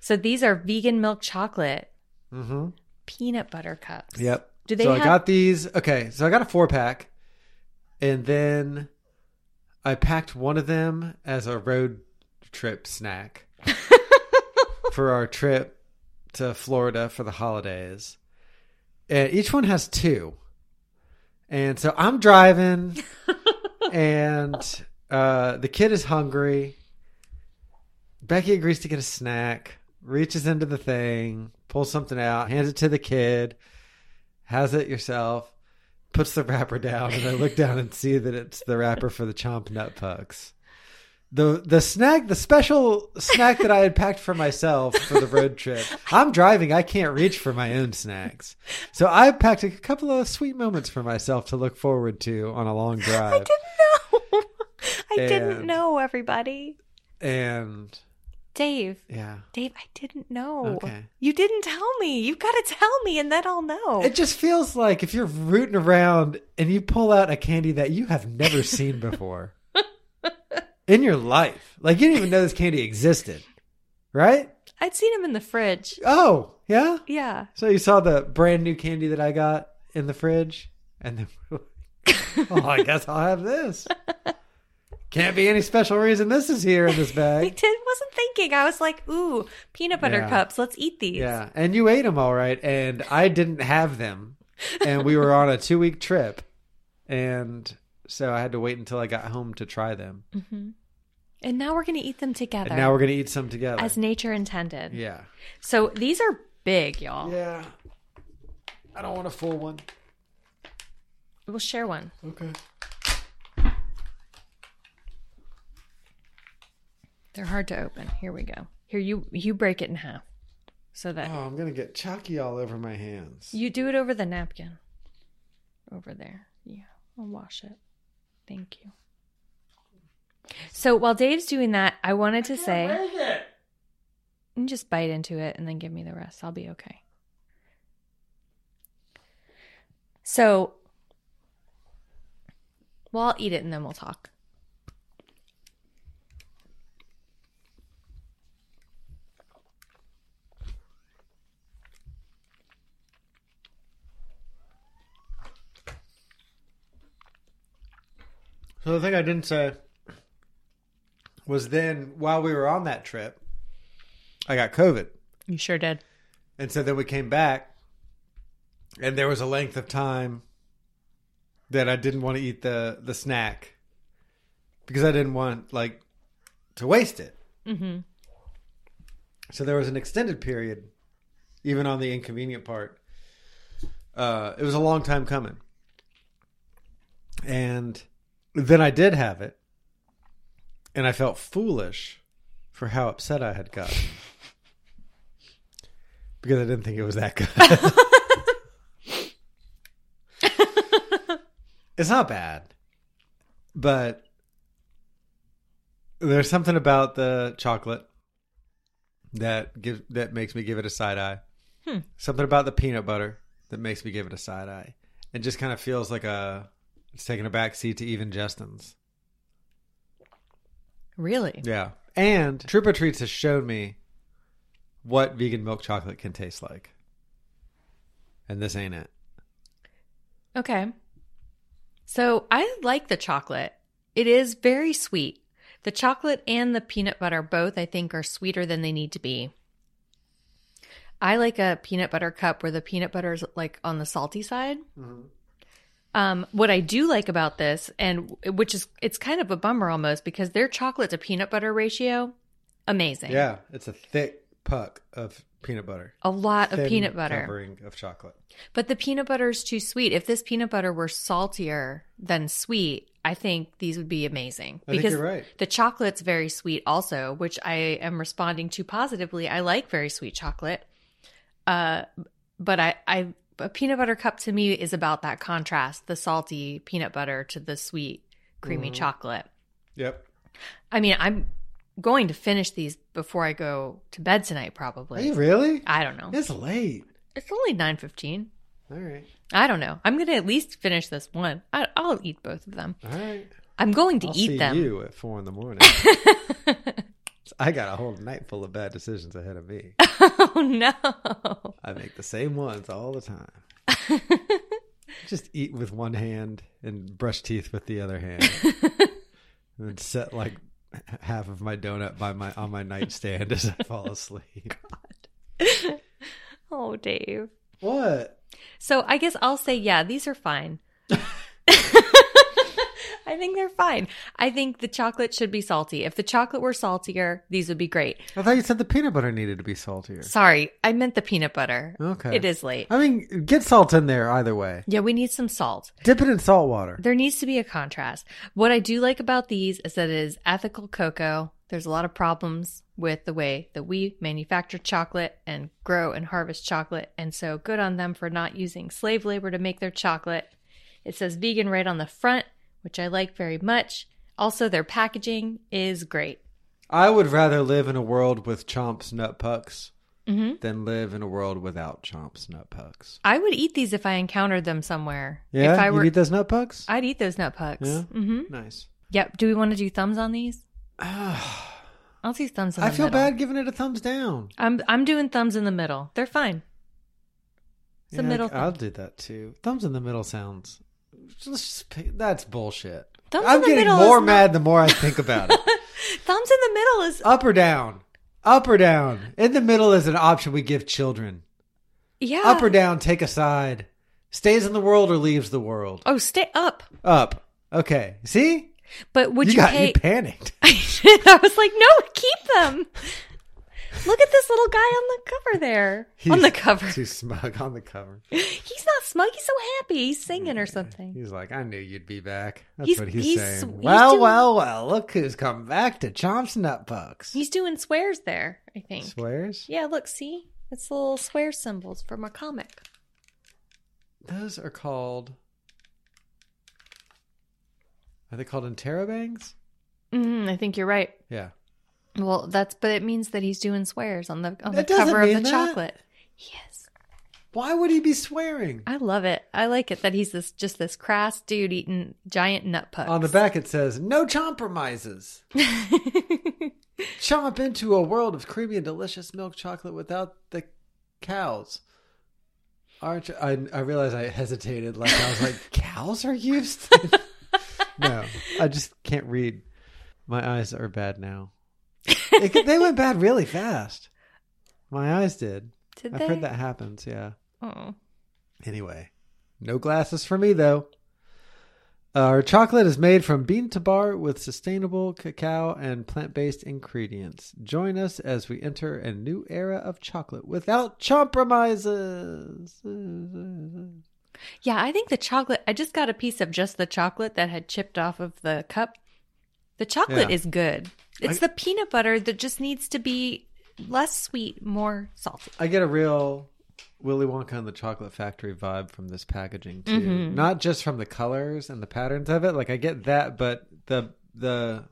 S1: So these are vegan milk chocolate
S2: Mm-hmm.
S1: peanut butter cups.
S2: Yep.
S1: Do they
S2: so
S1: have-
S2: I got these. Okay, so I got a four pack, and then I packed one of them as a road trip snack for our trip to Florida for the holidays. And each one has two, and so I'm driving, and uh, the kid is hungry. Becky agrees to get a snack, reaches into the thing, pulls something out, hands it to the kid has it yourself, puts the wrapper down, and I look down and see that it's the wrapper for the Chomp Nut Pucks. The the snack, the special snack that I had packed for myself for the road trip. I'm driving, I can't reach for my own snacks. So I packed a couple of sweet moments for myself to look forward to on a long drive.
S1: didn't know. I didn't
S2: And-
S1: know, everybody.
S2: And
S1: Dave,
S2: yeah.
S1: Dave, I didn't know.
S2: Okay.
S1: You didn't tell me. You've got to tell me, and then I'll know.
S2: It just feels like if you're rooting around and you pull out a candy that you have never seen before in your life. Like you didn't even know this candy existed, right?
S1: I'd seen him in the fridge.
S2: Oh, yeah.
S1: Yeah.
S2: So you saw the brand new candy that I got in the fridge, and then we're like, oh, I guess I'll have this. Can't be any special reason this is here in this
S1: I
S2: bag.
S1: did, wasn't thinking. I was like, ooh, peanut butter
S2: Yeah.
S1: cups. Let's eat these.
S2: Yeah, and you ate them all right, and I didn't have them, and we were on a two week trip, and so I had to wait until I got home to try them.
S1: Mhm. And now we're going to eat them together
S2: And now we're gonna eat some together.
S1: as nature intended.
S2: yeah.
S1: So these are big, y'all.
S2: Yeah. I don't want a full one.
S1: We'll share one.
S2: Okay.
S1: They're hard to open. Here we go. Here you you break it in half so that
S2: Oh, I'm gonna get chalky all over my hands.
S1: you do it over the napkin. Over there. Yeah. I'll wash it. Thank you. So while Dave's doing that, I wanted to say You just bite into it and then give me the rest. I'll be okay. So well, I'll eat it and then we'll talk.
S2: So the thing I didn't say was then while we were on that trip, I got COVID.
S1: You sure did.
S2: And so then we came back, and there was a length of time that I didn't want to eat the the snack because I didn't want like to waste it. Mm-hmm. So there was an extended period, even on the inconvenient part. Uh, it was a long time coming, and then I did have it, and I felt foolish for how upset I had gotten because I didn't think it was that good. it's not bad, but there's something about the chocolate that gives that makes me give it a side eye. Something about the peanut butter that makes me give it a side eye. It just kind of feels like a it's taking a back seat to even Justin's.
S1: Really?
S2: Yeah. And Trooper Treats has shown me what vegan milk chocolate can taste like. And this ain't it.
S1: Okay. So I like the chocolate. It is very sweet. The chocolate and the peanut butter both, I think, are sweeter than they need to be. I like a peanut butter cup where the peanut butter is like on the salty side.
S2: Mm-hmm.
S1: Um, what I do like about this, and which is, it's kind of a bummer almost because their chocolate to peanut butter ratio, amazing.
S2: Yeah. It's a thick puck of peanut butter.
S1: A lot
S2: Thin
S1: of peanut butter.
S2: Covering of chocolate.
S1: But the peanut butter is too sweet. If this peanut butter were saltier than sweet, I think these would be amazing.
S2: I think you're right.
S1: the chocolate's very sweet also, which I am responding to positively. I like very sweet chocolate. Uh but I I a peanut butter cup to me is about that contrast, the salty peanut butter to the sweet creamy
S2: Mm-hmm.
S1: chocolate.
S2: Yep.
S1: I mean, I'm going to finish these before I go to bed tonight
S2: Are
S1: probably.
S2: you really?
S1: I don't know.
S2: It's late.
S1: It's only 9:15.
S2: All right.
S1: I don't know. I'm gonna at least finish this one. I, I'll eat both of them.
S2: All right.
S1: I'm going to
S2: I'll
S1: eat
S2: see
S1: them.
S2: you at four in the morning. I got a whole night full of bad decisions ahead of me.
S1: oh no!
S2: I make the same ones all the time. Just eat with one hand and brush teeth with the other hand. and then set like h- half of my donut by my on my nightstand as I fall asleep.
S1: Oh, Dave.
S2: What?
S1: So I guess I'll say, yeah, these are fine. I think they're fine. I think the chocolate should be salty. If the chocolate were saltier, these would be great.
S2: I thought you said the peanut butter needed to be saltier.
S1: Sorry, I meant the peanut butter.
S2: Okay.
S1: It is late.
S2: I mean, get salt in there either way.
S1: Yeah, we need some salt.
S2: Dip it in salt water.
S1: There needs to be a contrast. What I do like about these is that it is ethical cocoa. There's a lot of problems with the way that we manufacture chocolate and grow and harvest chocolate. And so good on them for not using slave labor to make their chocolate. It says vegan right on the front, which I like very much. Also, their packaging is great.
S2: I would rather live in a world with chomps nut pucks
S1: Mm-hmm.
S2: than live in a world without chomps nut pucks.
S1: I would eat these if I encountered them somewhere.
S2: Yeah,
S1: if I
S2: you
S1: were,
S2: eat those nut pucks?
S1: I'd eat those nut pucks.
S2: Yeah?
S1: hmm
S2: Nice.
S1: Yep. Do we want to do thumbs on these? I'll do thumbs. In the
S2: I feel
S1: middle.
S2: bad giving it a thumbs down.
S1: I'm I'm doing thumbs in the middle. They're fine. It's a
S2: Yeah,
S1: middle
S2: I- I'll
S1: thumb.
S2: do that too. Thumbs in the middle sounds. Let's just pick, that's bullshit.
S1: Thumbs
S2: I'm
S1: in the
S2: getting
S1: middle
S2: more
S1: is not-
S2: mad the more I think about it.
S1: Thumbs in the middle is
S2: Up or down? Up or down? In the middle is an option we give children.
S1: yeah.
S2: Up or down? Take a side. Stays in the world or leaves the world.
S1: oh, stay up.
S2: Up. Okay. See?
S1: But would
S2: you,
S1: you,
S2: got
S1: pay?
S2: you panicked.
S1: I was like, no, keep them. Look at this little guy on the cover there. on the
S2: He's
S1: cover.
S2: Too smug on the cover.
S1: He's not smug. He's so happy. He's singing or something.
S2: He's like, I knew you'd be back. That's
S1: He's-
S2: what he's,
S1: he's
S2: saying.
S1: sw- he's
S2: well,
S1: doing-
S2: well, well. Look who's come back to Chomp's Nut Bucks.
S1: He's doing swears there, I think.
S2: Swears?
S1: Yeah, look, see? It's the little swear symbols from a comic.
S2: Those are called. Are they called interrobangs?
S1: Mm, I think you're right.
S2: Yeah.
S1: Well, that's but it means that he's doing swears on the on the
S2: That doesn't
S1: cover of the
S2: mean that.
S1: chocolate. He is.
S2: Why would he be swearing?
S1: I love it. I like it that he's this just this crass dude eating giant nut pucks
S2: On the back, it says, no compromises. Chomp into a world of creamy and delicious milk chocolate without the cows. Aren't you- I? I realized I hesitated. Like I was like, cows are used. no, I just can't read. My eyes are bad now. It- they went bad really fast. My eyes did.
S1: Did
S2: I've
S1: they?
S2: heard that happens. Yeah.
S1: Oh.
S2: Anyway, no glasses for me though. Our chocolate is made from bean to bar with sustainable cacao and plant based ingredients. Join us as we enter a new era of chocolate without compromises.
S1: Yeah, I think the chocolate. I just got a piece of just the chocolate that had chipped off of the cup. The chocolate
S2: Yeah.
S1: is good. It's
S2: I-
S1: the peanut butter that just needs to be less sweet, more salty.
S2: I get a real Willy Wonka and the Chocolate Factory vibe from this packaging too. Not just from the colors and the patterns of it. Like I get that, but the the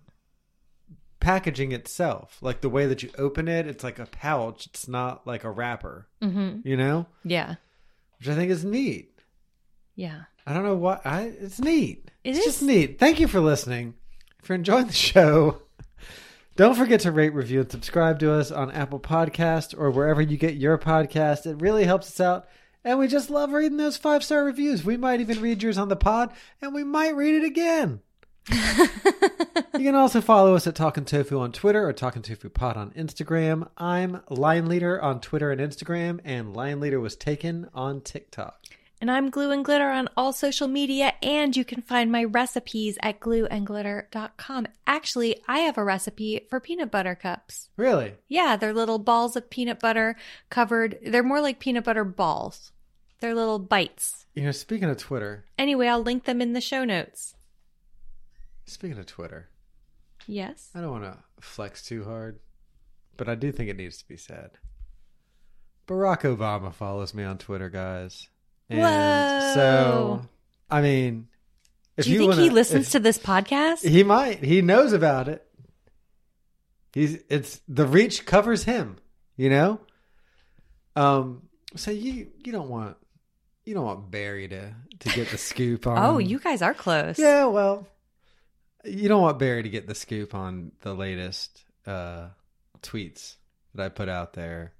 S2: packaging itself, like the way that you open it, it's like a pouch. It's not like a wrapper. Mm-hmm. You know,
S1: Yeah,
S2: which I think is neat.
S1: yeah.
S2: I don't know why. I it's neat.
S1: It
S2: it's
S1: is.
S2: just neat. Thank you for listening. If you're enjoying the show, don't forget to rate, review, and subscribe to us on Apple Podcast or wherever you get your podcast. It really helps us out. And we just love reading those five star reviews. We might even read yours on the pod, and we might read it again. you can also follow us at Talking Tofu on Twitter or Talking Tofu Pod on Instagram. I'm Line Leader on Twitter and Instagram, and Line Leader was taken on TikTok.
S1: And I'm Glue and Glitter on all social media, and you can find my recipes at glueandglitter.com. Actually, I have a recipe for peanut butter cups.
S2: Really?
S1: Yeah, they're little balls of peanut butter covered. They're more like peanut butter balls. They're little bites.
S2: You know, speaking of Twitter,
S1: Anyway, I'll link them in the show notes.
S2: Speaking of Twitter,
S1: Yes.
S2: I don't want to flex too hard, but I do think it needs to be said. Barack Obama follows me on Twitter, guys. And so,
S1: Whoa.
S2: I mean, if
S1: Do you, think he
S2: wanna-
S1: listens
S2: if-
S1: to this podcast?
S2: He might. He knows about it. He's it's the reach covers him, you know? Um so you you don't want you don't want Barry to to get the scoop on
S1: oh, you guys are close.
S2: um, Yeah, well, you don't want Barry to get the scoop on the latest uh, tweets that I put out there.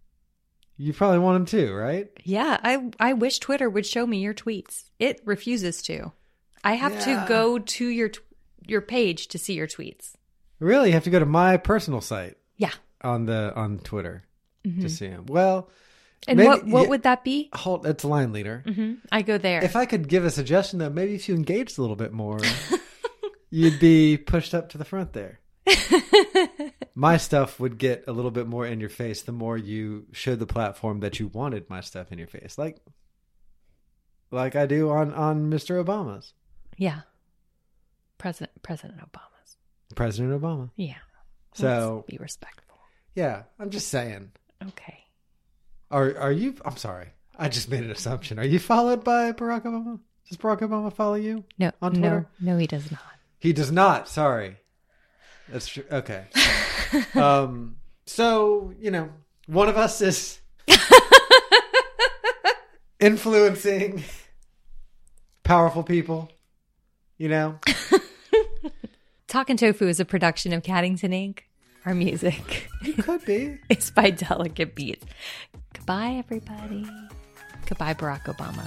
S2: You probably want him too, right?
S1: Yeah, I I wish Twitter would show me your tweets. It refuses to. I have
S2: Yeah.
S1: to go to your tw- your page to see your tweets.
S2: Really, you have to go to my personal site
S1: Yeah.
S2: on the on Twitter to see him. Well,
S1: Mm-hmm. And
S2: Maybe-
S1: what what
S2: yeah.
S1: would that be?
S2: halt. That's line leader.
S1: hmm I go there.
S2: If I could give a suggestion, though, maybe if you engaged a little bit more, you'd be pushed up to the front there. my stuff would get a little bit more in your face the more you showed the platform that you wanted my stuff in your face, like like I do on on Mr. Obama's
S1: yeah. President President Obama's.
S2: President Obama.
S1: Yeah.
S2: So
S1: Let's be respectful.
S2: yeah, I'm just saying.
S1: Okay.
S2: Are are you? I'm sorry, I just made an assumption. Are you followed by Barack Obama? Does Barack Obama follow you?
S1: No.
S2: On
S1: no.
S2: Twitter?
S1: No, he does not.
S2: He does not. Sorry. That's true. Okay. um. So you know, one of us is influencing powerful people. You know,
S1: Talking Tofu is a production of Caddington Inc. Our music
S2: you could be.
S1: is by Delicate Beats. Goodbye, everybody. Goodbye, Barack Obama.